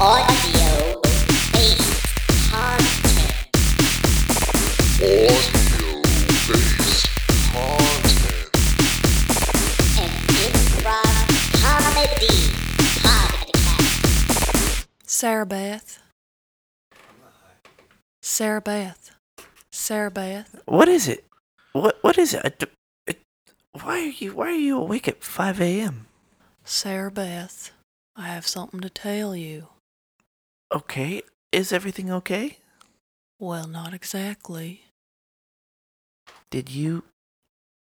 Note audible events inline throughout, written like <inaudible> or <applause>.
Audio based content. Audio-based content. An improv comedy podcast. Sarah Beth. Sarah Beth. Sarah Beth. What is it? What What is it? I d it why are you Why are you awake at five a.m.? Sarah Beth. I have something to tell you. Okay, is everything okay? Well, not exactly. Did you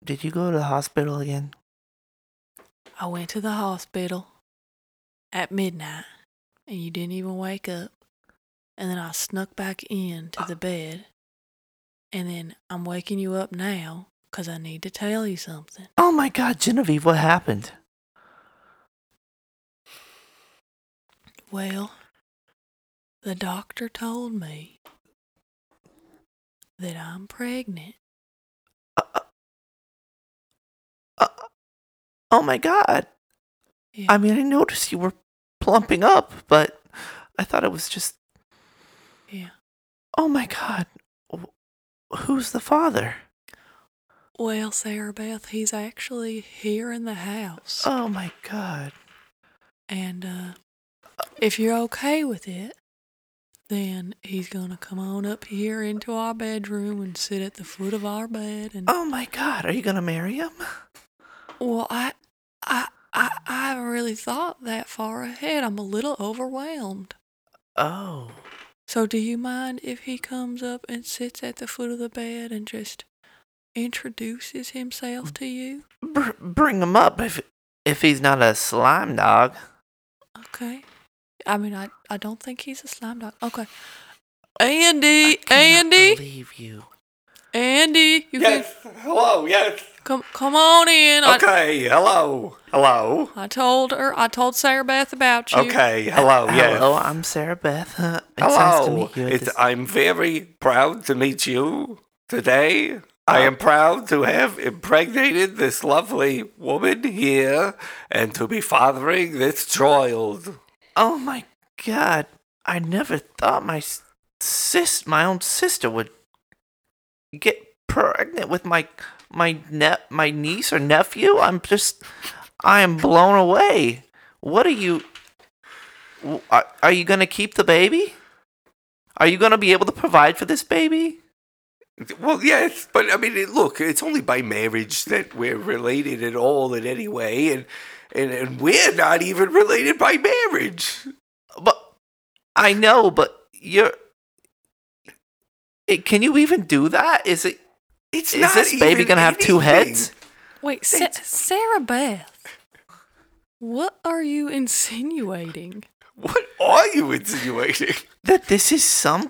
Did you go to the hospital again? I went to the hospital at midnight and you didn't even wake up. And then I snuck back in to the bed. And then I'm waking you up now because I need to tell you something. Oh my God, Genevieve, what happened? Well, the doctor told me that I'm pregnant. Oh my God! Yeah. I mean, I noticed you were plumping up, but I thought it was just. Yeah. Oh my God, Wh- who's the father? Well, Sarah Beth, he's actually here in the house. Oh my God. and uh, if you're okay with it, then he's going to come on up here into our bedroom and sit at the foot of our bed. And Oh my God, are you gonna marry him? well, I, I, I, I haven't really thought that far ahead. I'm a little overwhelmed. Oh. So, do you mind if he comes up and sits at the foot of the bed and just introduces himself to you? Br- bring him up if if he's not a slime dog. Okay. I mean, I, I don't think he's a slime dog. Okay. Andy, Andy, believe you. Andy, you can Yes. Hello. Yes. come come on in. Okay. Hello. Hello. I, I told her, I told Sarah Beth about you. Okay. Hello. Yes. uh, Hello, I'm Sarah Beth. <laughs> Uh, It's nice to Hello. meet you. at It's, this- I'm very proud to meet you today. I Uh, am proud to have impregnated this lovely woman here and to be fathering this child. oh my god! I never thought my s- sis, my own sister, would get pregnant with my my ne- my niece or nephew. I'm just, I am blown away. What are you? w- Are, are you gonna keep the baby? Are you gonna be able to provide for this baby? Well, yes, but I mean, it- look, it's only by marriage that we're related at all in any way, and and, and we're not even related by marriage. But I know, but you're. It, can you even do that? Is it? It's Is not this baby even gonna have two anything. heads? Wait, Sa- Sarah Beth, what are you insinuating? What are you insinuating? That this is some.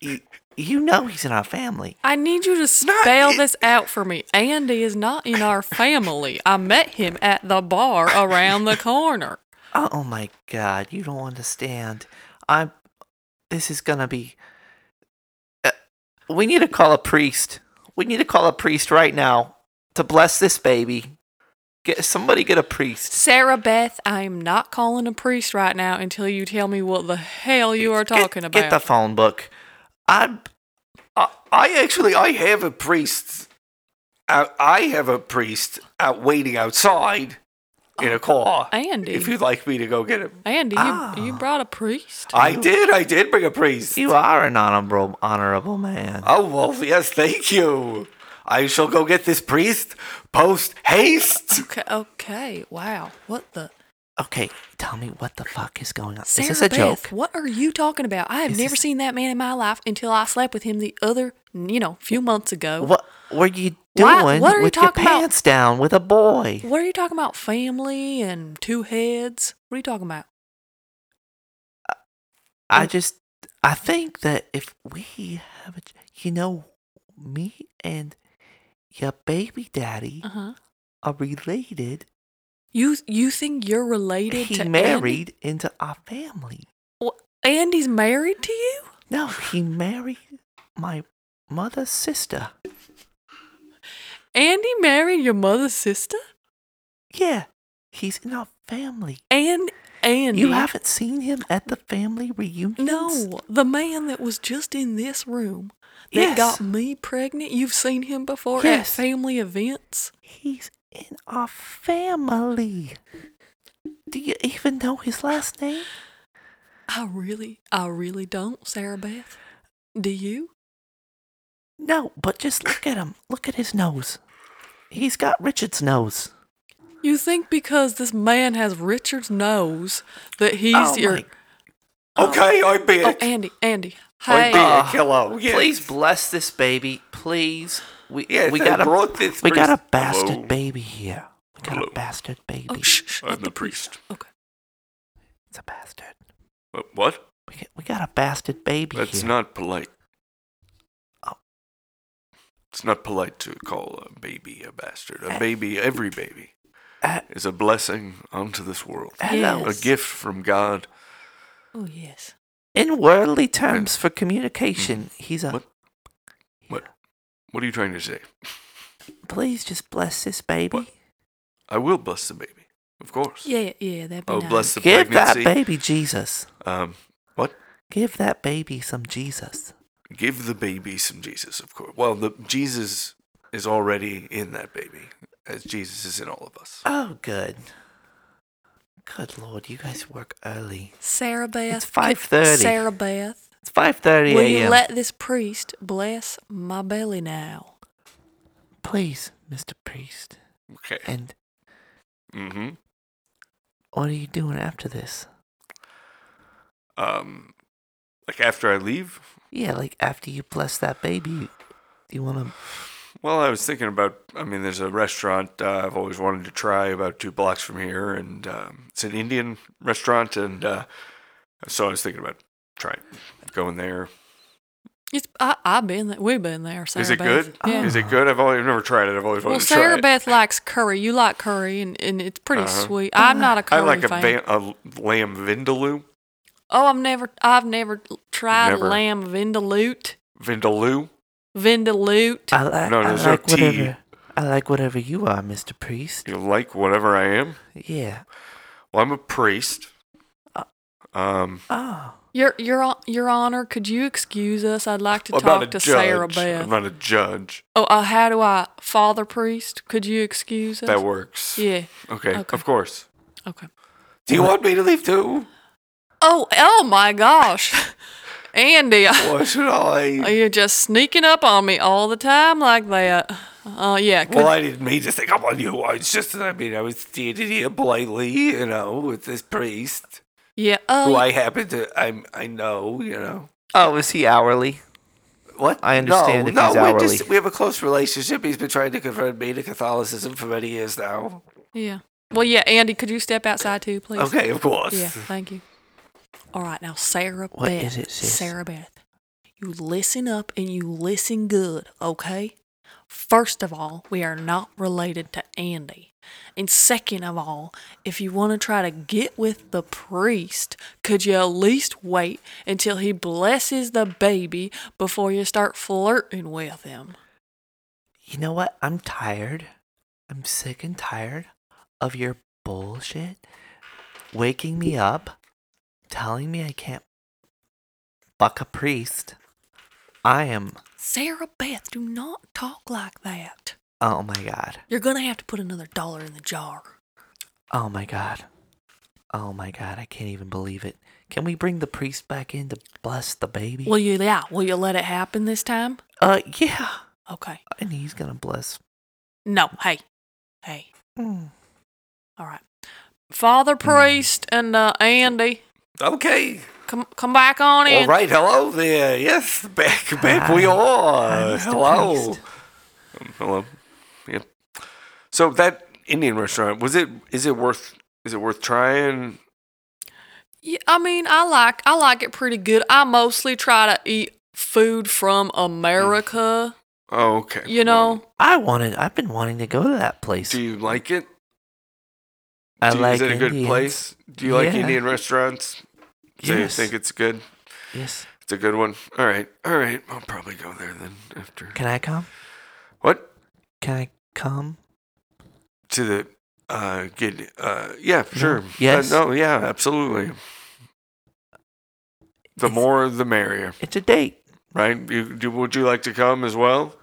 You, you know he's in our family. I need you to not- spell it- this out for me. Andy is not in our family. I met him at the bar around the corner. Oh my god, you don't understand. I'm. This is gonna be. Uh, we need to call a priest. We need to call a priest right now to bless this baby. Get somebody get a priest. Sarah Beth, I am not calling a priest right now until you tell me what the hell you are Get- talking about. Get the phone book. I I, I actually, I have a priest. Out, I have a priest out waiting outside in a Oh, car. Andy. if you'd like me to go get him, Andy, Ah. you, you brought a priest? I did. I did bring a priest. You are an honorable honorable man. Oh well, yes, thank you. I shall go get this priest post haste. Okay, okay. Wow. What the? Okay, tell me what the fuck is going on. Sarah is this a Beth, joke? What are you talking about? I have Is never this- seen that man in my life until I slept with him the other, you know, few months ago. What were you Why- doing what are you with your talking about? pants down with a boy? What are you talking about? Family and two heads? What are you talking about? Mm. I just I think that if we have a ch- you know me and your baby daddy Uh huh. are related. You you think you're related he to Andy? married into our family. Well, Andy's married to you? No, he married my mother's sister. Andy married your mother's sister? Yeah, he's in our family. And Andy. You haven't seen him at the family reunion? No, the man that was just in this room that Yes. got me pregnant. You've seen him before at Yes. family events. He's in our family. Do you even know his last name? I really, I really don't, Sarah Beth. Do you? No, but just look at him. Look at his nose. He's got Richard's nose. You think because this man has Richard's nose that he's Oh your. my- Okay, I beat Oh, it. Andy, Andy. I Hey. beat Uh, a kilo. Yes. Please bless this baby, please. We Yes, we I got a brought this we got a priest- bastard Hello? baby here. We got Hello? a bastard baby. oh, shh, shh, I'm not the priest. Okay. It's a bastard. Uh, What? We got, we got a bastard baby That's here. not polite. Oh. It's not polite to call a baby a bastard. A Uh, baby, every baby, Uh, is a blessing onto this world, hello. a Yes. gift from God. Oh, yes. In worldly terms for communication, he's a. Mm-hmm. What? What? What are you trying to say? Please just bless this baby. What? I will bless the baby, of course. Yeah, yeah, that'd be I'll nice. Oh, bless the Give that pregnancy. baby Jesus. um, what? Give that baby some Jesus. Give the baby some Jesus, of course. Well, the Jesus is already in that baby, as Jesus is in all of us. Oh, good. Good lord, you guys work early. Sarah Beth. It's 5:30. Sarah Beth. It's five thirty Will you a.m. let this priest bless my belly now? Please, Mister Priest. Okay. And Mm-hmm. what are you doing after this? Um, like after I leave, Yeah, like after you bless that baby, you- you want to? Well, I was thinking about. I mean, there's a restaurant uh, I've always wanted to try about two blocks from here, and um, it's an Indian restaurant, and uh, so I was thinking about trying going there. It's I, I've been there. We've been there. Sarah Is it Beth. good? Yeah. Is it good? I've always I've never tried it. I've always wanted well, to Sarah try it. Beth likes curry. You like curry, and, and it's pretty Uh-huh. sweet. I'm not a I curry like a, fan. va- a lamb vindaloo. oh, I've never, I've never tried Never. lamb vindaloo. Vindaloo. Vindaloo. I, li- No, I there's no like tea. whatever. I like whatever you are, Mister Priest. You like whatever I am? Yeah. Well, I'm a priest. Uh, Um, Oh. Your Your Hon- Your Honor, could you excuse us? I'd like to I'm not a talk to judge. Sarah I'm Beth. not a judge. oh, uh, how do I, Father Priest? Could you excuse us? That works. Yeah. Okay. Okay. Of course. Okay. Do you want me to leave too? Oh, oh my gosh, <laughs> Andy. <laughs> I- Or should I? Oh, You're just sneaking up on me all the time like that. Oh, yeah. Could, Well, I didn't mean to think up on you. I was just, I mean, I was standing here politely, you know, with this priest yeah. Oh, who y- I happen to, I'm, I know, you know. Oh, is he hourly? What? I understand no, if no, he's we hourly. Just, we have a close relationship. He's been trying to convert me to Catholicism for many years now. yeah. Well, yeah, Andy, could you step outside too, please? Okay, of course. <laughs> Yeah, thank you. All right, now, Sarah What Beth. is it, sis? Sarah Beth. You listen up and you listen good, okay? First of all, we are not related to Andy. And second of all, if you want to try to get with the priest, could you at least wait until he blesses the baby before you start flirting with him? You know what? I'm tired. I'm sick and tired of your bullshit. Waking me up, telling me I can't fuck a priest. I am. Sarah Beth, do not talk like that. Oh my god. You're going to have to put another dollar in the jar. Oh my god. Oh my god. I can't even believe it. Can we bring the priest back in to bless the baby? Will you, yeah, will you let it happen this time? uh, yeah. Okay. And he's gonna bless. No, hey, hey, Mm. all right. Father Priest and uh, Andy, Okay. come come back on in. All right. Hello there. Yes, back, back we Hi. are. Hi, Mr. hello. Priest. Um, hello. Yep. So that Indian restaurant was it? Is it worth? Is it worth trying? Yeah, I mean, I like I like it pretty good. I mostly try to eat food from America. Oh, okay. You know, I wanted. I've been wanting to go to that place. do you like it? I do you, like is it a good Indians. place? Do you like Yeah. Indian restaurants? Do you Yes. think it's good? Yes. It's a good one. All right. All right. I'll probably go there then after. Can I come? What Can I come? to the? uh, get uh, yeah, sure, Uh, Mm-hmm. Yes. no, yeah, absolutely. The It's- more, the merrier, It's a date. right? You, do, would you like to come as well?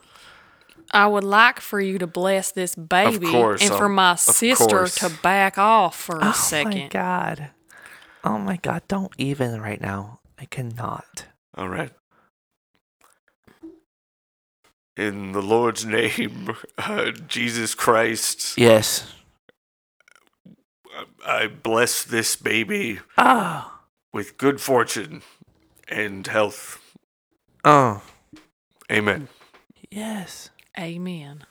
I would like for you to bless this baby course, and for um, my of sister course. to back off for a oh my second. god. Oh my god, don't even right now. I cannot. All right. In the Lord's <laughs> name, uh, Jesus Christ, Yes. I bless this baby Oh. with good fortune and health. Oh. Amen. Yes. Amen.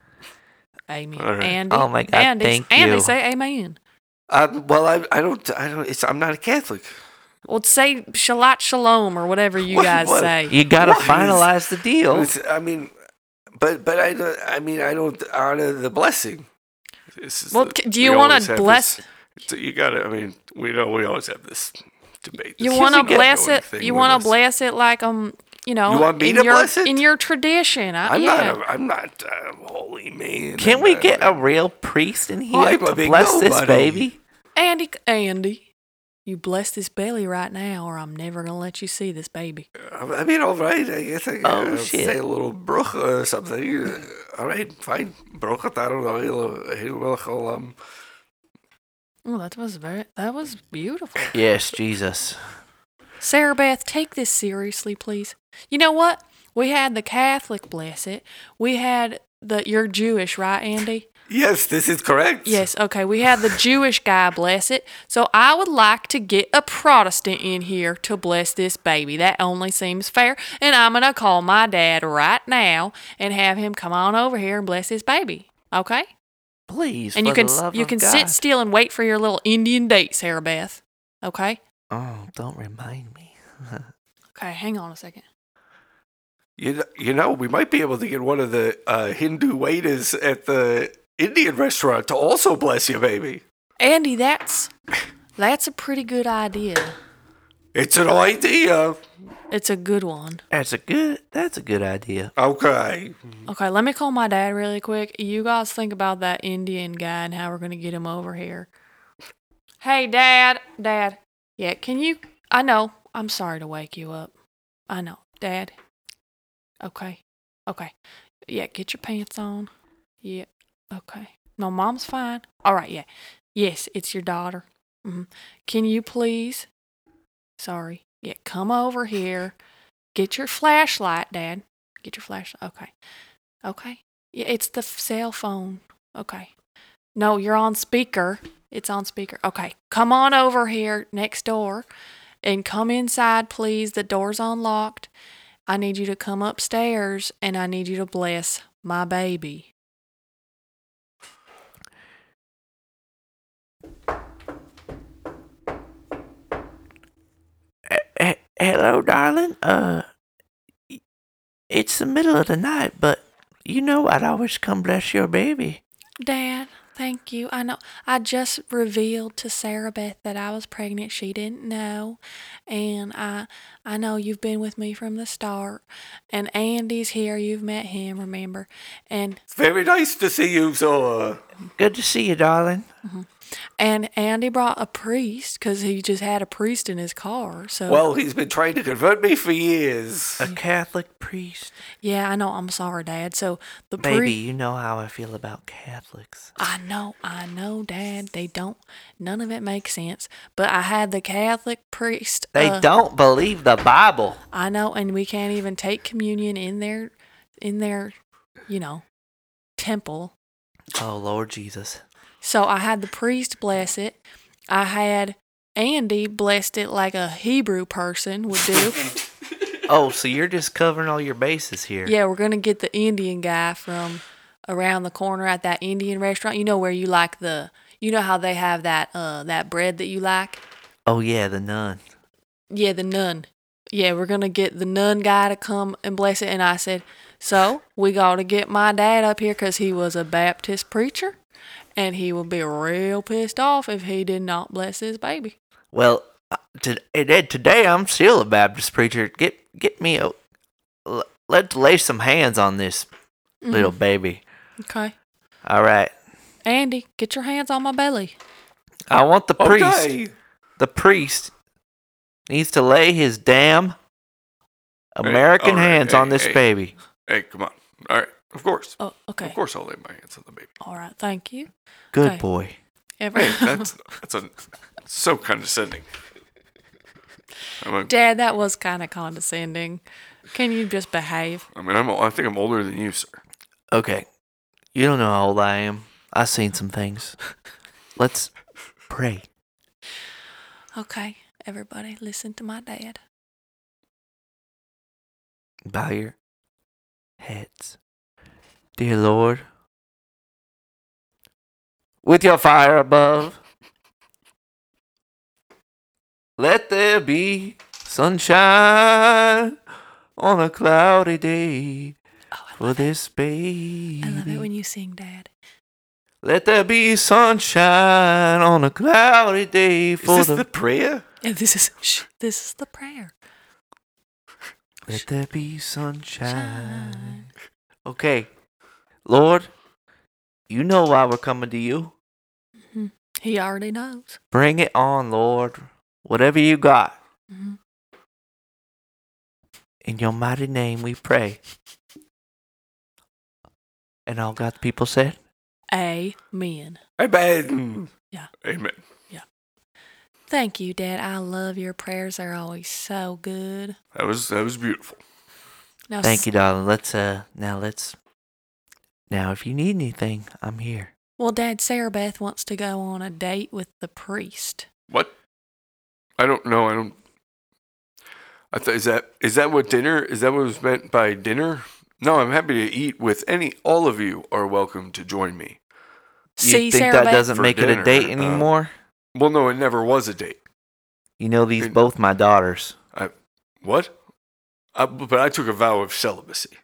Amen. All right. Andy. Oh my God, Andy, thank Andy, you. say amen. Um, well, I, I don't, I don't. It's I'm not a Catholic. Well, say shalat shalom or whatever <laughs> you What- guys what- say. You gotta What is- finalize the deal. It's- I mean, but but I don't. I mean, I don't honor the blessing. This is Well, the- c- do we you wanna always have bless- this- it's- you got to. I mean, we know we always have this debate. You This want to is an bless ongoing it. thing You with want us. to bless it like um, you know, You want me in to your bless it? in your tradition. I, I'm yeah. not. A, I'm not a holy man. Can I'm we not- get uh, a real priest in here I'm a to big bless this nobody. baby? Andy, Andy, you bless this belly right now, or I'm never gonna let you see this baby. I mean, all right. I guess I can Oh, uh, shit. say a little brocha or something. Uh, All right, fine. Brocha. I don't know. He'll, he'll, he'll, um, Oh, that was very. That was beautiful. Yes, Jesus. Sarah Beth, take this seriously, please. You know what? We had the Catholic bless it. We had the you're Jewish, right, Andy? yes, this is correct. Yes, okay. We had the Jewish guy bless it. So I would like to get a Protestant in here to bless this baby. That only seems fair. And I'm gonna call my dad right now and have him come on over here and bless this baby. Okay? Please. and you for the can s- love you of can God. sit still and wait for your little Indian date, Sarah Beth. Okay? Oh, don't remind me. Okay, hang on a second. You know, you know, we might be able to get one of the uh, Hindu waiters at the Indian restaurant to also bless you, baby. Andy, that's that's a pretty good idea. It's an idea. It's a good one. That's a good that's a good idea. Okay. Okay, let me call my dad really quick. You guys think about that Indian guy and how we're gonna get him over here. Hey, Dad, Dad. Yeah, can you? I know. I'm sorry to wake you up. I know, Dad. Okay, okay. Yeah, get your pants on. Yeah. Okay. No, Mom's fine. All right. Yeah. Yes, it's your daughter. hmm Can you please? Sorry. Yeah, come over here. Get your flashlight, Dad. Get your flashlight. Okay. Okay. Yeah, it's the f- cell phone. Okay. No, you're on speaker. It's on speaker. Okay. Come on over here next door and come inside, please. The door's unlocked. I need you to come upstairs and I need you to bless my baby. Eh, hello, darling. Uh, y- it's the middle of the night, but you know I'd always come bless your baby. Dad, thank you. I know I just revealed to Sarah Beth that I was pregnant. She didn't know. And I I know you've been with me from the start. And Andy's here. You've met him, remember? And Very nice to see you, uh, Zora. Good to see you, darling. and Andy brought a priest cuz he just had a priest in his car. So Well, he's been trying to convert me for years. A Catholic priest. yeah, I know. I'm sorry, Dad. So the Baby, priest you know how I feel about Catholics. I know, I know, Dad. They don't. None of it makes sense. But I had the Catholic priest. They uh, don't believe the Bible. I know, and we can't even take communion in their, in their, you know, temple. Oh, Lord Jesus. So I had the priest bless it. I had Andy blessed it like a Hebrew person would do. Oh, so you're just covering all your bases here. yeah, we're gonna get the Indian guy from around the corner at that Indian restaurant. You know where you like the, you know how they have that uh that bread that you like. Oh, yeah, the nun. Yeah, the nun. Yeah, we're gonna get the nun guy to come and bless it. And I said, so we gotta get my dad up here because he was a Baptist preacher, and he would be real pissed off if he did not bless his baby. Well, uh, to- and then today I'm still a Baptist preacher. Get get me a. l- Mm-hmm. Let's lay some hands on this little baby. Okay. All right. Andy, get your hands on my belly. I want the priest. Okay. The priest needs to lay his damn American all right, hands hey, on this hey. baby. Hey, come on. All right. Of course. Oh, okay. Of course, I'll lay my hands on the baby. All right. Thank you. Good Okay. boy. Every- Hey, that's that's a so condescending. I'm a, Dad, that was kind of condescending. Can you just behave? I mean, I'm I think I'm older than you, sir. Okay. You don't know how old I am. I've seen some things. Let's pray. Okay, everybody, listen to my dad. Bow your heads. Dear Lord, with your fire above, let there be sunshine on a cloudy day Oh, I for this baby. I love it when you sing, Dad. Let there be sunshine on a cloudy day for Is this the, the prayer? And this is shh, this is the prayer. Let there be sunshine. Shine. Okay. Lord, you know why we're coming to you. He already knows. Bring it on, Lord. Whatever you got. Mhm. In your mighty name we pray. And all God's people said, Amen. Amen. Amen. Thank you, Dad. I love your prayers. They're always so good. That was that was beautiful. Now, Thank you, darling. Let's uh now let's now if you need anything, I'm here. Well, Dad, Sarah Beth wants to go on a date with the priest. What? I don't know. I don't. I thought is that is that what dinner is that what was meant by dinner? No, I'm happy to eat with any. All of you are welcome to join me. You See, think Sarah that Beth. doesn't For make it dinner, a date uh, anymore? Well, no, it never was a date. you know these it- both my daughters. I, what? I, but I took a vow of celibacy.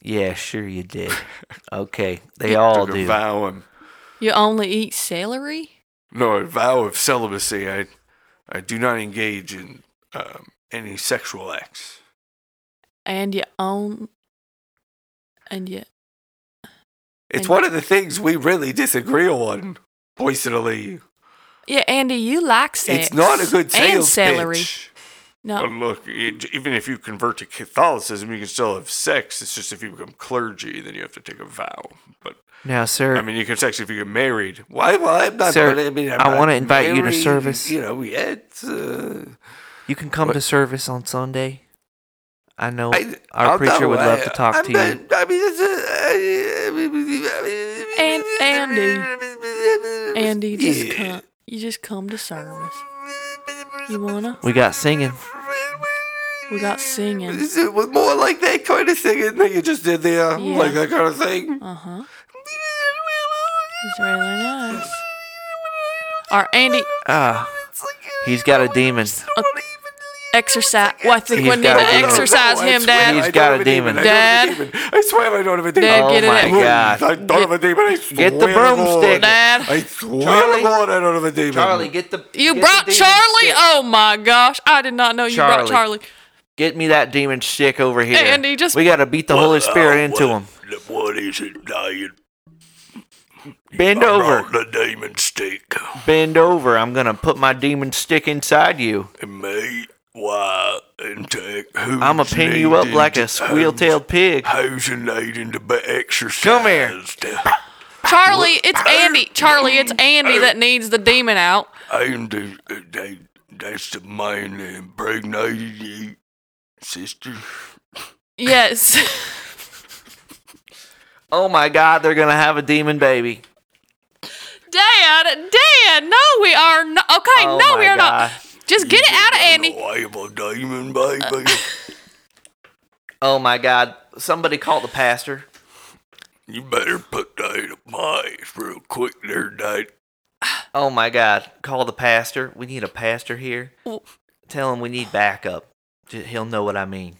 Yeah, sure you <laughs> did. Okay, they You all took do. a vow. And, you only eat celery? no, a vow of celibacy. I, I do not engage in um, any sexual acts. and you own and you It's And- one of the things we really disagree on, personally. yeah andy you like sex It's not a good sales and celery pitch. no But look, it, even if you convert to Catholicism, you can still have sex. It's just if you become clergy, then you have to take a vow. But Now, sir, I mean, you can have sex if you get married. Why? Well, I'm not. Sir, I mean, I'm I not wanna invite you to married, service. You know, yet. Uh, you can come to service on Sunday. I know I, our I'll preacher know, would love to I- talk I'm to not- you. I mean, it's a, I, mean, I mean, And- andy just Yeah. come you just come to service you wanna We got singing. we got singing Is it was more like that kind of singing that you just did there? Yeah. Like that kind of thing? uh-huh it's really nice or andy Ah, he's got a demon. Uh, exercise well i think He's we need <laughs> got to a demon. exercise him He's dad got a demon. Dad? I swear I don't have a demon. Dad, Oh get it my out. God. I don't have a demon. I swear Get the to God. broomstick. I <laughs> dad swear Charlie? to God, I don't have a demon. Charlie, get the you get the brought demon charlie stick. oh my gosh i did not know you brought Charlie. charlie Get me that demon stick over here. Andy, just- we gotta beat the Holy Spirit into him. Oh, What is it, Diet? Bend over, The demon stick. bend over. I'm gonna put my demon stick inside you. Me, why, and take who's I'm gonna pin you up like a squeal-tailed pig. Who's needing to be exercised? Come here. charlie it's andy charlie it's andy that needs the demon out And the, they, that's the man that impregnated you, sister. yes <laughs> Oh my God, they're gonna have a demon baby. Dad, Dad, no, we are not. Okay, Oh no, my we are God. not. Just get it out of Andy. I am a diamond baby. Oh my God, somebody call the pastor. you better put that in my eyes real quick there, Dad. Oh my God! Call the pastor. We need a pastor here. Well- Tell him we need backup. J- He'll know what I mean.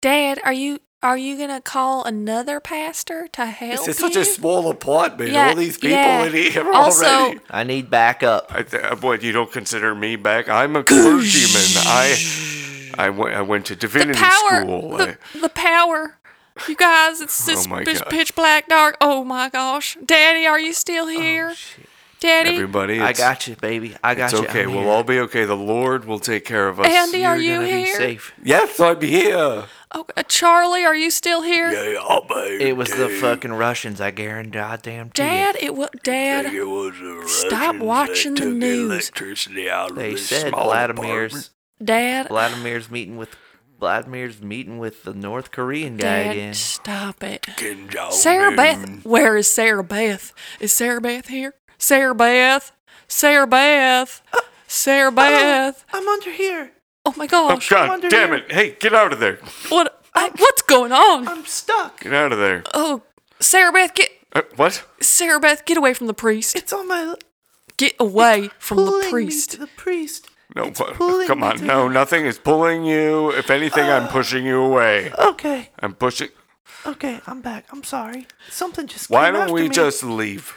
Dad, are you are you gonna call another pastor to It's help you? such a small apartment. Yeah, All these people yeah. in here Also- already. I need backup. I th- what you don't consider me back? I'm a clergyman. I I went I went to the divinity power, school. Uh, the, the power You guys, it's it's, my it's God. pitch black dark. Oh my gosh, Daddy, are you still here? Oh, shit. Daddy, Everybody, I it's- got you, baby. I got It's you. okay. I'm We'll here. all be okay. The Lord will take care of us. Andy, are you gonna be here? safe. Yes, I'm here. Oh, uh, Charlie, are you still here? Hey, I'll be- It was the fucking Russians. I guarantee. Goddamn. Dad, it was Dad. It was the Stop Russians watching that the took news. Electricity out of They this said small Vladimir's Dad, Vladimir's meeting with Vladimir's meeting with the North Korean guy Dad, again. stop it. apartment. Y'all Sarah knew. Beth, where is Sarah Beth? Is Sarah Beth here? Sarah Beth, Sarah Beth, Sarah Beth. I'm under here. Oh my Oh gosh, God, wonder damn who- it! Hey, get out of there! what I, what's going on? I'm stuck. Get out of there! Oh, Sarah Beth, get Uh, what? Sarah Beth, get away from the priest. It's on my Get away from pulling the priest. Me to the priest. No, what- pulling Uh, come me on! to- No, nothing is pulling you. If anything, I'm pushing you away. Okay, I'm pushing. okay, I'm back. I'm sorry. Something just. Why came don't after we me. just leave?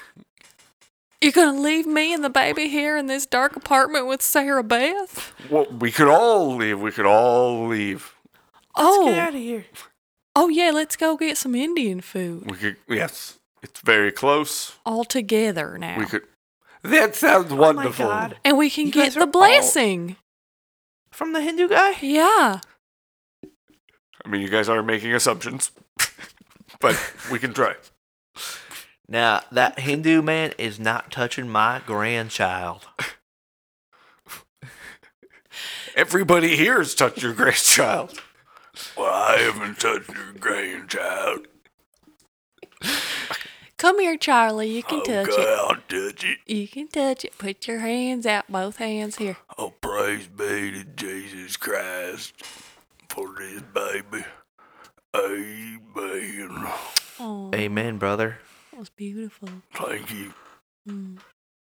You're gonna leave me and the baby here in this dark apartment with Sarah Beth? Well, we could all leave. We could all leave. Oh, get out of here? oh yeah, let's go get some Indian food We could. Yes, it's very close. all together now, We could. That sounds wonderful. Oh God. and we can You get guys are the all- blessing. From the Hindu guy? Yeah, I mean, you guys are making assumptions, <laughs> but we can try. Now that Hindu man is not touching my grandchild. Everybody here has touched your grandchild. Well, I haven't touched your grandchild. come here, Charlie. You can touch it. Oh, I'll touch it. You can touch it. Put your hands out, both hands here. Oh, praise be to Jesus Christ for this baby. Amen. Oh, Amen, brother. that was beautiful. Thank you. Mm.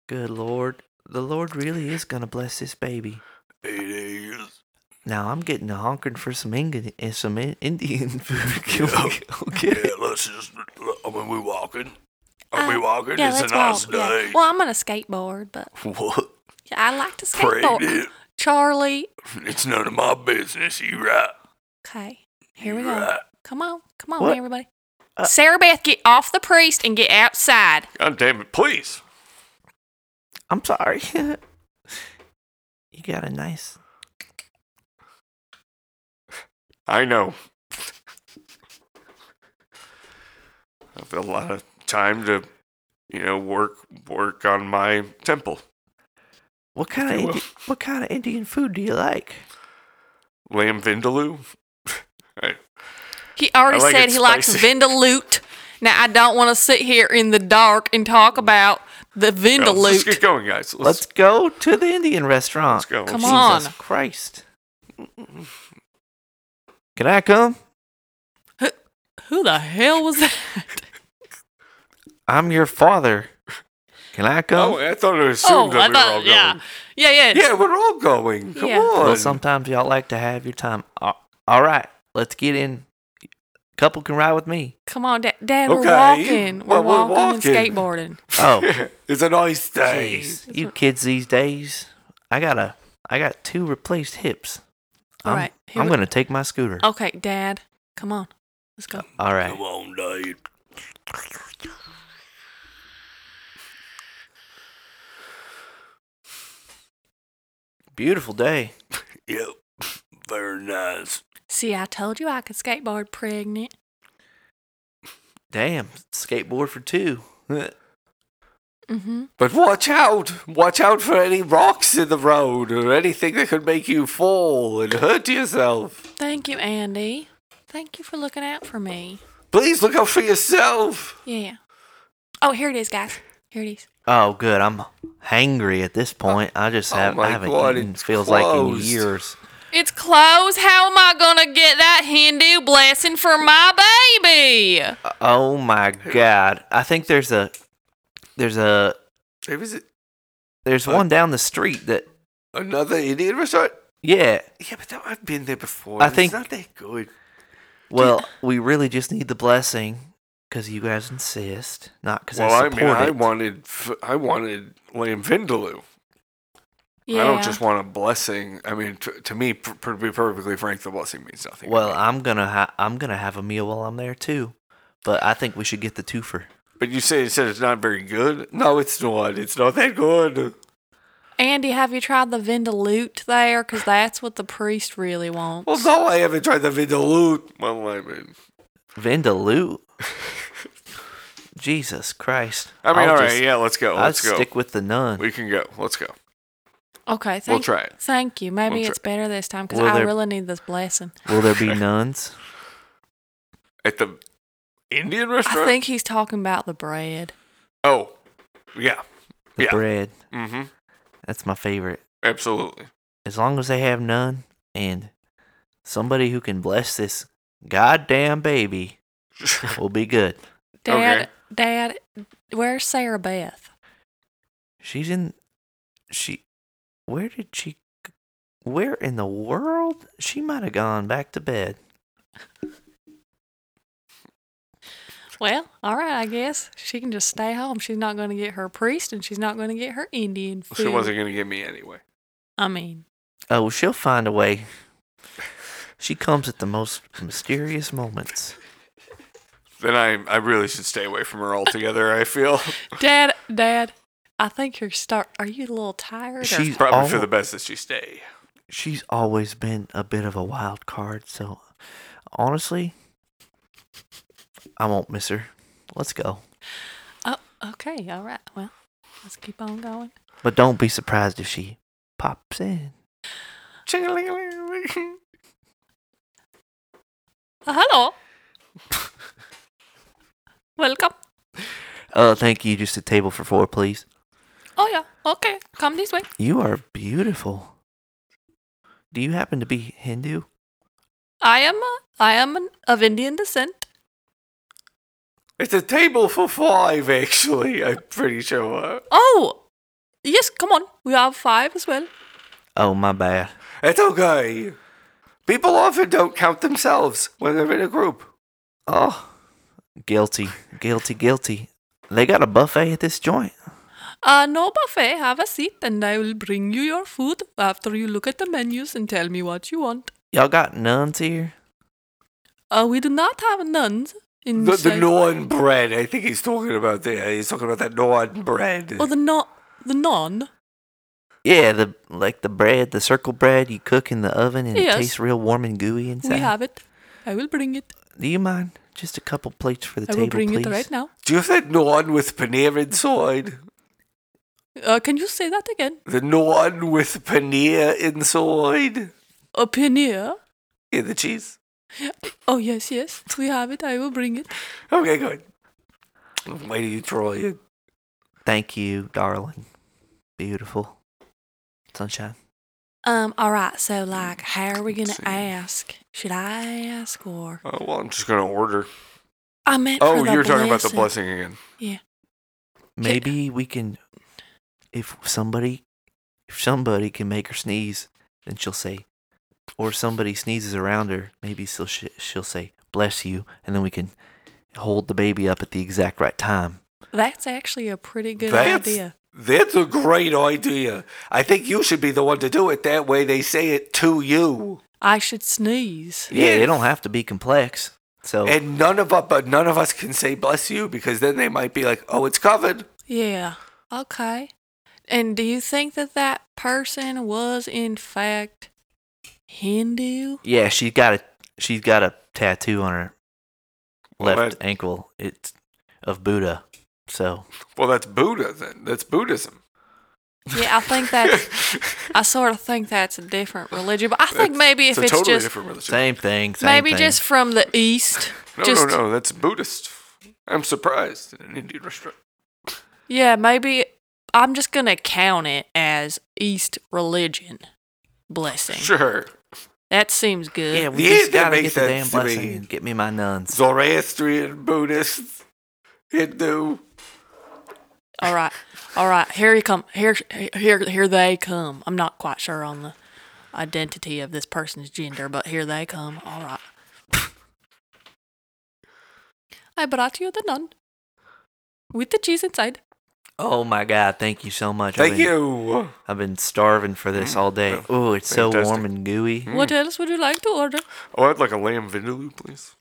Good Lord, the Lord really is gonna bless this baby. It is. Now I'm getting a honkering for some Indian, eh, some in- Indian <laughs> food. Can we <laughs> go get <laughs> Yeah, it? let's just. I mean, we walking. Are we Uh, walking? Yeah, it's a let's nice walk. day. Yeah. Well, I'm gonna skateboard, but What? yeah, I like to skateboard. Pregnant? Charlie, It's none of my business. You right. Okay, here we go. Right. Come on, come on, What? everybody. Uh, Sarah Beth, get off the priest and get outside. God damn it, please. I'm sorry. <laughs> you got a nice. I know. I've had a lot of time to, you know, work work on my temple. What kind of you will. Indi- what kind of Indian food do you like? <laughs> Lamb vindaloo. I, He already I like said it he likes spicy. Vindaloot. Now I don't want to sit here in the dark and talk about the well, let's get Vindaloot. going, guys. Let's Let's, go to the Indian restaurant. let's go. Come Let's- on. Jesus Christ. Can I come? Who the hell was <laughs> that? I'm your father. Can I come? Oh, I thought it was assumed that we were all going. yeah, yeah, yeah. Yeah, we're all going. Come Yeah. on. <laughs> well, sometimes y'all like to have your time. A- All right, let's get in. Couple can ride with me. Come on, Dad. Dad Okay. we're walking. We're, Well, we're walking, and skateboarding. <laughs> Oh, it's a nice day. jeez, you kids these days. I got to I got two replaced hips. All I'm, right, here I'm we- Oh. gonna take my scooter. Okay, Dad, come on. Let's go. All right. Come on, Dave. Beautiful day. Yep. Very nice. See, I told you I could skateboard pregnant. Damn, skateboard for two. <laughs> Mm-hmm. But watch out! Watch out for any rocks in the road or anything that could make you fall and hurt yourself. Thank you, Andy. Thank you for looking out for me. Please look out for yourself. Yeah. Oh, here it is, guys. Here it is. Oh, good. I'm hangry at this point. I just oh have, my I haven't God, eaten. it's Feels like in closed. years. It's closed. How am I gonna get that Hindu blessing for my baby? Oh my God! I think there's a there's a There is there's one down the street that another Indian restaurant. yeah. Yeah, but that, I've been there before. I it's think- not that good. Well, we really just need the blessing because you guys insist, not because Well, I I mean, support I it. wanted, f- I wanted lamb vindaloo. Yeah. I don't just want a blessing. I mean, to, to me, p- to be perfectly frank, the blessing means nothing. to Well, me. I'm gonna ha- I'm gonna have a meal while I'm there too, but I think we should get the twofer. but you say it said it's not very good. No, it's not. It's not that good. Andy, have you tried the vindalute there? Because that's what the priest really wants. Well, no, I haven't tried the Vindaloo. Well, I mean, <laughs> Vindaloo. Jesus Christ. I mean, I'll all right, just- yeah, let's go. I'll Let's go. stick with the nun. <laughs> we can go. Let's go. okay, thank, We'll try it. Thank you. Maybe We'll try- it's better this time because Will I there- really need this blessing. Will there <laughs> be nuns? At the Indian I restaurant. think he's talking about the bread. Oh, yeah. The Yeah. bread. Mm-hmm. That's my favorite. Absolutely. As long as they have none and somebody who can bless this goddamn baby will be good. Dad, Okay. Dad, where's Sarah Beth? She's in. She. Where did she. g- Where in the world? She might have gone back to bed. Well, all right, I guess she can just stay home. She's not going to get her priest, and she's not going to get her Indian food. She wasn't going to get me anyway. I mean, Oh, well, she'll find a way. She comes at the most mysterious moments. Then I, I really should stay away from her altogether. I feel Dad, Dad, I think you're start. Are you a little tired? or- She's probably al- for the best that she stay. she's always been a bit of a wild card. So, honestly, I won't miss her. Let's go. oh, okay, all right. Well, let's keep on going. But don't be surprised if she pops in. Uh, hello. <laughs> Welcome. Oh, thank you. Just a table for four, please. Oh yeah. Okay. Come this way. You are beautiful. Do you happen to be Hindu? I am. uh, I am an, of Indian descent. It's a table for five, actually. <laughs> I'm pretty sure. Oh, yes. Come on. We have five as well. Oh, my bad. It's okay. People often don't count themselves when they're in a group. Oh, guilty, guilty, guilty. They got a buffet at this joint. Uh, no buffet. Have a seat, and I will bring you your food after you look at the menus and tell me what you want. Y'all got nuns here? Uh, we do not have nuns in The, the South- non bread. I think he's talking about the. He's talking about that non bread. Oh, the non. The non. Yeah, the like the bread, the circle bread you cook in the oven and Yes. it tastes real warm and gooey inside. We have it. I will bring it. Do you mind? Just a couple plates for the I table, will bring please. it right now. Do you have that non with paneer inside? Uh, can you say that again? The non with paneer inside? A paneer. Yeah, the cheese. Oh yes, yes. We have it. I will bring it. Okay, good. Why do you try it? Thank you, darling. Beautiful. Sunshine. Um. All right. So, like, how are we gonna see. ask? Should I ask or? Oh, well, I'm just going to order. I meant. Oh, for the you're talking about the blessing. blessing again. Maybe we can if somebody if somebody can make her sneeze, then she'll say or if somebody sneezes around her, maybe she'll she'll say bless you and then we can hold the baby up at the exact right time. That's actually a pretty good That's- idea. That's a great idea. I think you should be the one to do it. That way they say it to you. I should sneeze. Yeah, Yes. they don't have to be complex. So And none of us, but none of us can say bless you because then they might be like, oh, it's covered. Yeah. Okay. And do you think that that person was in fact Hindu? yeah, she's got a she's got a tattoo on her Well, left that- ankle. It's of Buddha. So Well, that's Buddha then. <laughs> That's Buddhism. Yeah, I think that's. <laughs> I sort of think that's a different religion, but I think maybe if a it's, totally just different religion. same thing. Same maybe thing. just from the east. <laughs> no, just no, no. That's Buddhist. I'm surprised in an Indian restaurant. yeah, maybe I'm just gonna count it as East religion blessing. Sure. That seems good. yeah, we Yeah, just that gotta makes get the damn sense to me. blessing and get me my nuns. Zoroastrian, Buddhist, Hindu. All right, all right. Here you come. Here, here, here they come. I'm not quite sure on the identity of this person's gender, but here they come. All right. I brought you the nun with the cheese inside. Oh my God! Thank you so much. I've Thank been, you. I've been starving for this all day. Oh, it's so warm Mm, fantastic. Mm. and gooey. What else would you like to order? Oh, I'd like a lamb vindaloo, please.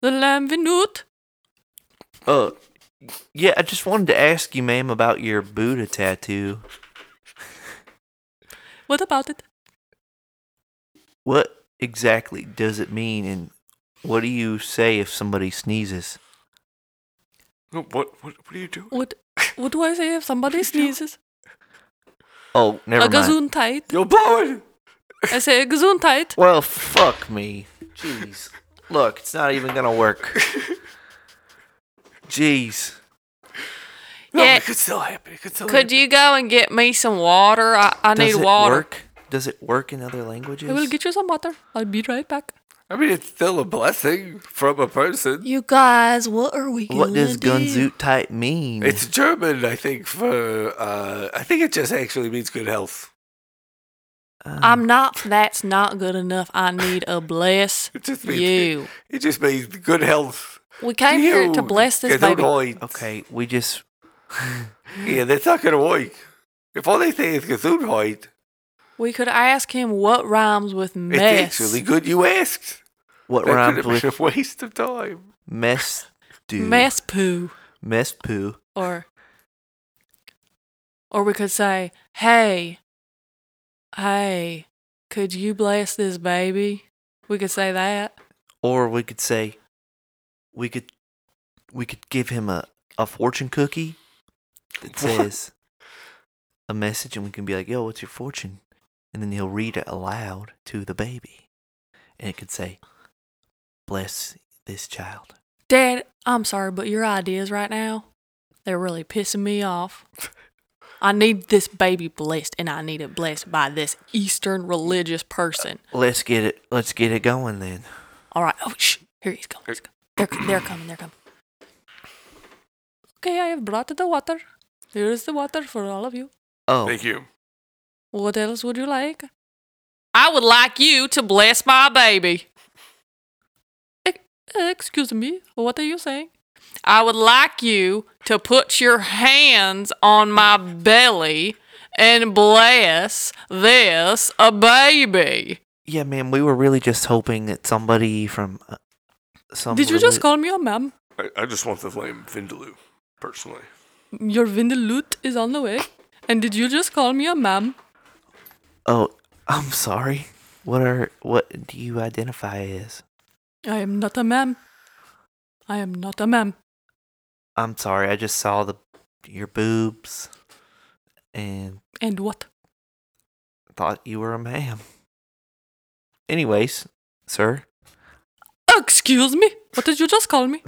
The lamb vinute? Uh, yeah, I just wanted to ask you, ma'am, about your Buddha tattoo. What about it? What exactly does it mean, and what do you say if somebody sneezes? No, what, what, what are you doing? What What do I say if <laughs> somebody sneezes? Oh, never A mind. gesundheit. You're blowing. I say a gesundheit. Well, fuck me. Jeez. Look, it's not even gonna work. <laughs> Jeez. Yeah, It could still happen. It could still could you go and get me some water? I, I Does need it water. work? Does it work in other languages? I will get you some water. I'll be right back. I mean, it's still a blessing from a person. You guys, what are we what does Gunzoot type mean? Mm. It's German, I think. For uh, I think it just actually means good health. I'm not. That's not good enough. I need a bless It <laughs> just means you. It just means good health. We came here to You bless this cannot baby. hide. okay, we just Yeah, that's not gonna work. If all they say is Gesundheit, We could ask him what rhymes with it's mess. actually good you asked. what That rhymes could have with been a waste of time. mess do mess poo, mess poo. or or we could say, "Hey, hey, could you bless this baby?" We could say that. Or we could say we could we could give him a, a fortune cookie <laughs> that says a message and we can be like, Yo, what's your fortune? And then he'll read it aloud to the baby. And it could say, Bless this child. Dad, I'm sorry, but your ideas right now, they're really pissing me off. I need this baby blessed, and I need it blessed by this Eastern religious person. Let's get it let's get it going then. All right. Oh, shh. Here he's coming. He's coming. They're, co- they're coming. They're coming. Okay, I have brought the water. Here is the water for all of you. Oh Thank you. What else would you like? I would like you to bless my baby. Ex- E, Excuse me, what are you saying? I would like you to put your hands on my belly and bless this a baby. yeah, man, we were really just hoping that somebody from uh, some Did you just reli- call me a ma'am? I, I just want the lamb vindaloo, personally. Your Vindelut is on the way. And did you just call me a ma'am? Oh, I'm sorry. What are what do you identify as? I am not a ma'am. I am not a ma'am. I'm sorry. I just saw the your boobs and And what? thought you were a ma'am. Anyways, sir, Excuse me? What did you just call me?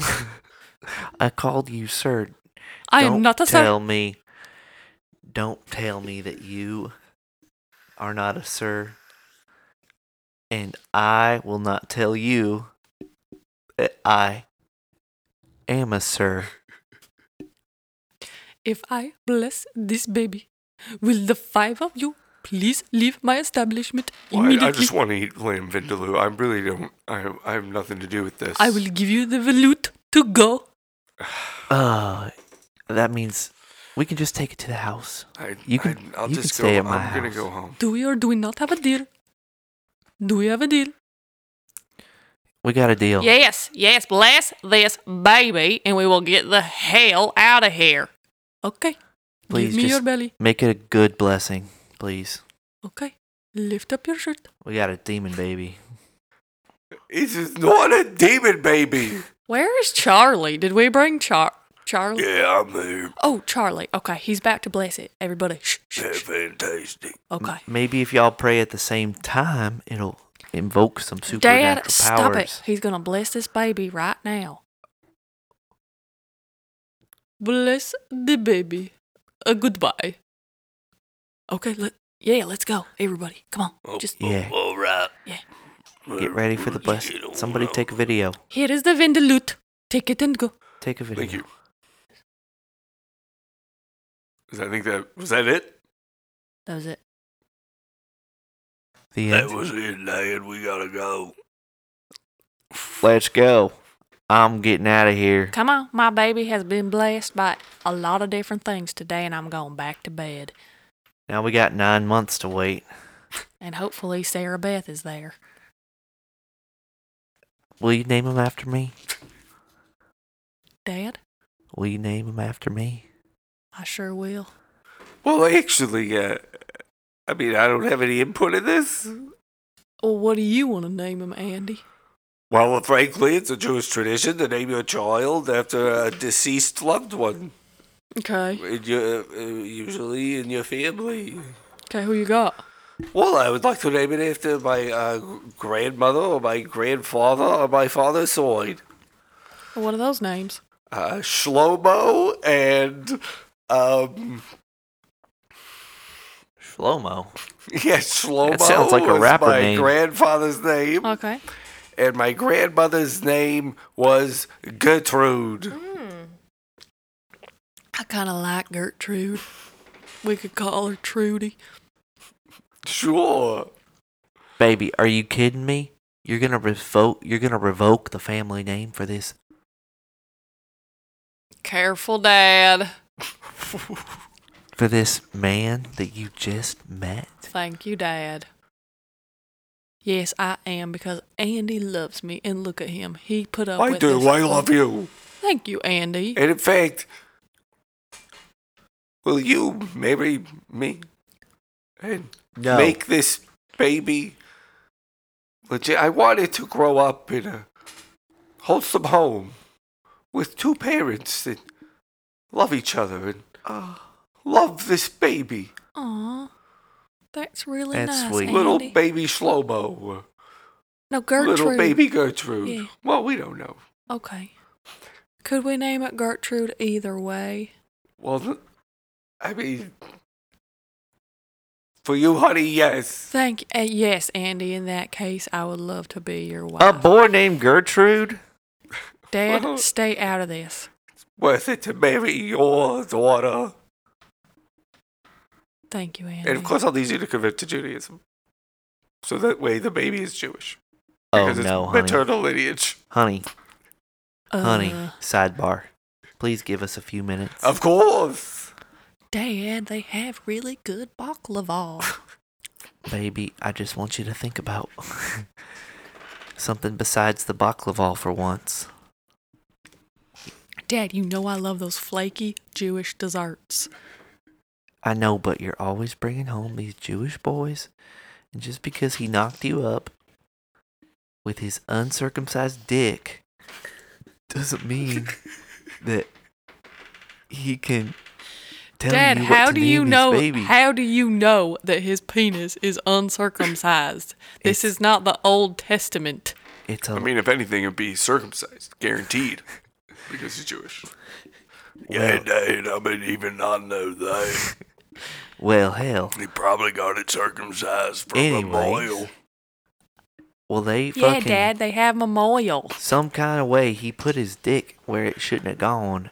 I called you sir. I don't am not a sir. tell me. Don't tell me that you are not a sir. And I will not tell you that I am a sir. If I bless this baby, will the five of you please leave my establishment Well, I, immediately? I just want to eat lamb vindaloo. I really don't. I, I have nothing to do with this. I will give you the volute to go. Uh, that means we can just take it to the house. I, you can- I, will you can just stay go. at my I'm gonna house. go home. Do we or do we not have a deal? Do we have a deal? We got a deal. Yes, yes, bless this baby, and we will get the hell out of here. Okay. Please Give me your just- belly. Make it a good blessing, please. Okay. Lift up your shirt. We got a demon baby. It's just not a demon baby. Where is Charlie? Did we bring Char Charlie? Yeah, I'm here. Oh, Charlie. Okay, he's back to bless it. Everybody. Shh, shh, shh. Fantastic. Okay. Maybe if y'all pray at the same time, it'll invoke some supernatural Dad, powers. stop it. He's going to bless this baby right now. Bless the baby. A goodbye. Okay, let yeah, let's go. Everybody. Come on. Just Oh, Yeah. All right. Yeah. Get ready for the blessing. Somebody take a video. Here is the Vindelut. Take it and go. Take a video. Thank you. Is that- I think that was that it. That was it. The That end. was it, Dad. We gotta go. Let's go. I'm getting out of here. Come on, my baby has been blessed by a lot of different things today, and I'm going back to bed. Now we got nine months to wait. And hopefully, Sarah Beth is there. Will you name him after me? Dad, Will you name him after me? I sure will. Well, actually, uh, I mean, I don't have any input in this. Well, what do you want to name him, Andy? Well, frankly, it's a Jewish tradition to name your child after a deceased loved one. Okay. In your, uh, usually in your family. Okay, who you got? Well, I would like to name it after my uh, grandmother or my grandfather or my father's side. What are those names? Uh, Shlomo and, um, <laughs> Shlomo. yeah, Shlomo sounds like a was rapper my name. grandfather's name. Okay. and my grandmother's name was Gertrude. I kind of like Gertrude. We could call her Trudy. Sure. Baby, are you kidding me? You're gonna revoke. You're gonna revoke the family name for this. Careful, Dad. For this man that you just met. Thank you, Dad. Yes, I am because Andy loves me, and look at him. He put up I with do. this. I love you. Thank you, Andy. And in fact, will you marry me and No. make this baby legit? I want it to grow up in a wholesome home with two parents that love each other and Oh. love this baby, Aw, that's really That's nice, sweet. Andy. little baby Shlomo. uh, no, Gertrude. Little baby Gertrude. Yeah. Well, we don't know. Okay. Could we name it Gertrude either way? Well, th- I mean, for you, honey, yes. Thank uh, yes, Andy. In that case, I would love to be your wife. A boy named Gertrude. Dad, stay out of this. Worth it to marry your daughter. Thank you, Andy. And of course, I'll need you to convert to Judaism. So that way the baby is Jewish. Oh because it's no, honey. maternal lineage. honey, Uh, honey. Sidebar. Please give us a few minutes. Of course. Dad, they have really good baklava. <laughs> Baby, I just want you to think about <laughs> something besides the baklava for once. Dad, you know I love those flaky Jewish desserts. I know, but you're always bringing home these Jewish boys, and just because he knocked you up with his uncircumcised dick doesn't <laughs> mean that he can tell Dad, you what how to do name you his know? baby. How do you know that his penis is uncircumcised? this It's- is not the Old Testament. it's a I mean, if anything, it'd be circumcised, <laughs> guaranteed, because he's Jewish. well, Dad, I mean, even I know that. well, hell. He probably got it circumcised for Anyways, well, they Yeah, fucking Dad, they have memorial. some kind of way he put his dick where it shouldn't have gone,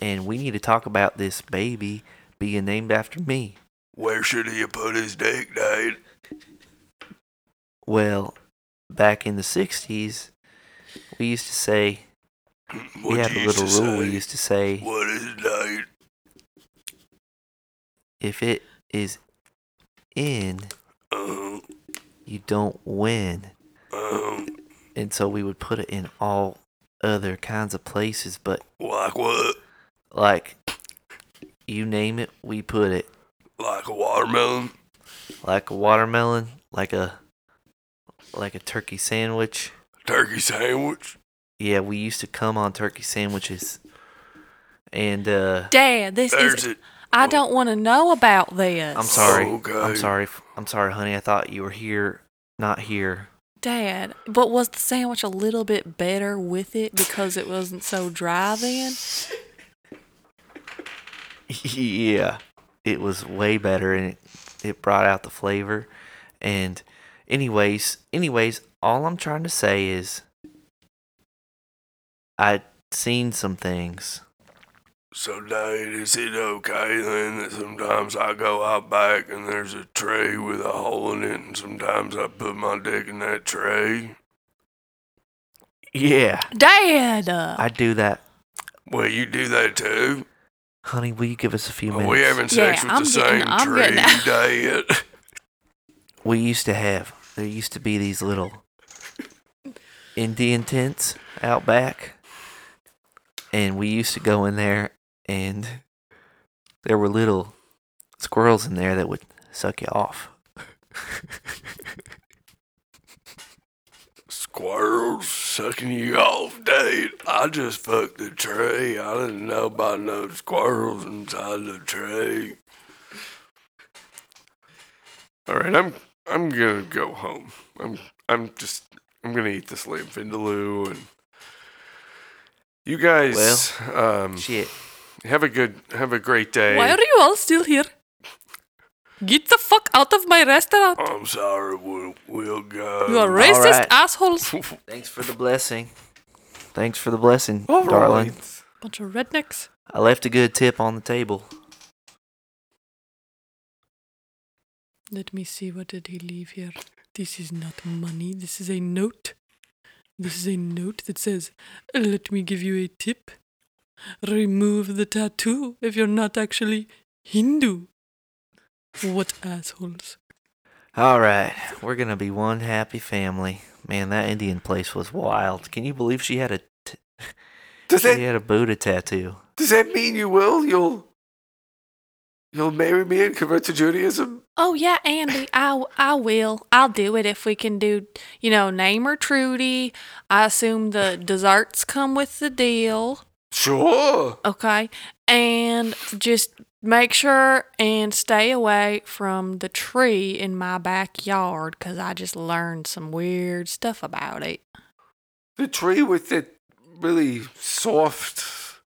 and we need to talk about this baby being named after me. Where should he have put his dick, Dad? Well, back in the 60s, we used to say, we What'd had a you used little to rule we say? used to say, What is Dad? if it is in, Uh, you don't win. uh, And so we would put it in all other kinds of places, but like what? like, you name it, we put it. Like a watermelon? Like a watermelon, like a like a turkey sandwich. Turkey sandwich? Yeah, we used to come on turkey sandwiches. And uh Dad, this There's is. it. I don't want to know about this. I'm sorry. I'm Okay. sorry. f- I'm sorry, honey. I thought you were here, not here. Dad, but was the sandwich a little bit better with it because it wasn't so dry then? <laughs> yeah. It was way better and it, it brought out the flavor. And anyways, anyways, all I'm trying to say is I seen some things. So, Dad, is it okay then that sometimes I go out back and there's a tray with a hole in it, and sometimes I put my dick in that tray? Yeah, Dad. uh, I do that. Well, you do that too. Honey, will you give us a few Are minutes? we having Yeah, sex with I'm the getting- same I'm tree getting out. diet? we used to have. There used to be these little Indian tents out back, and we used to go in there, and there were little squirrels in there that would suck you off. Squirrels sucking you off, dude. I just fucked the tree. I didn't know about no squirrels inside the tree. All right, I'm I'm gonna go home. I'm I'm just I'm gonna eat this lamb vindaloo and you guys um, Shit. have a good have a great day. Why are you all still here? Get the fuck out of my restaurant. I'm sorry, we'll, we'll go. You are racist right. assholes. Thanks for the blessing. Thanks for the blessing, <laughs> All darling. right. Bunch of rednecks. I left a good tip on the table. Let me see what did he leave here. This is not money. This is a note. This is a note that says, "Let me give you a tip. Remove the tattoo if you're not actually Hindu." What assholes? All right, we're gonna be one happy family. Man, that Indian place was wild. Can you believe she had a t- Does she that had a Buddha tattoo? does that mean you will? You'll you'll marry me and convert to Judaism? Oh yeah, Andy, I I will. I'll do it if we can do, you know, name her Trudy. I assume the desserts come with the deal. Sure. Okay. And just make sure and stay away from the tree in my backyard because I just learned some weird stuff about it. The tree with that really soft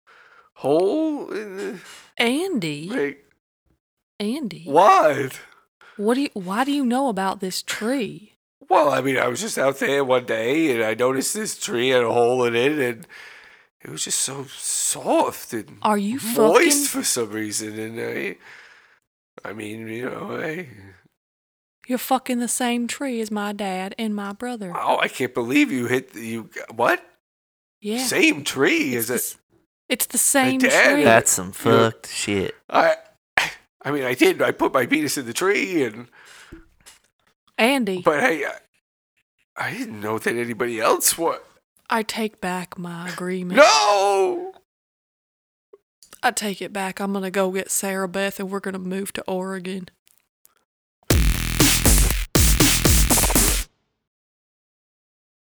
hole in the Andy, like, Andy, wide. what do you, why do you know about this tree? Well, I mean, I was just out there one day and I noticed this tree had a hole in it, and it was just so soft and Are you fucking? moist for some reason. And I, I mean, you know, I, You're fucking the same tree as my dad and my brother. oh, I can't believe you hit the, you what Yeah. same tree it's is the it? s- It's the same tree. dad- That's some fucked shit. I, I mean, I did. I put my penis in the tree, and Andy, but I, I didn't know that anybody else was. I take back my agreement. No, I take it back. I'm gonna go get Sarah Beth and we're gonna move to Oregon.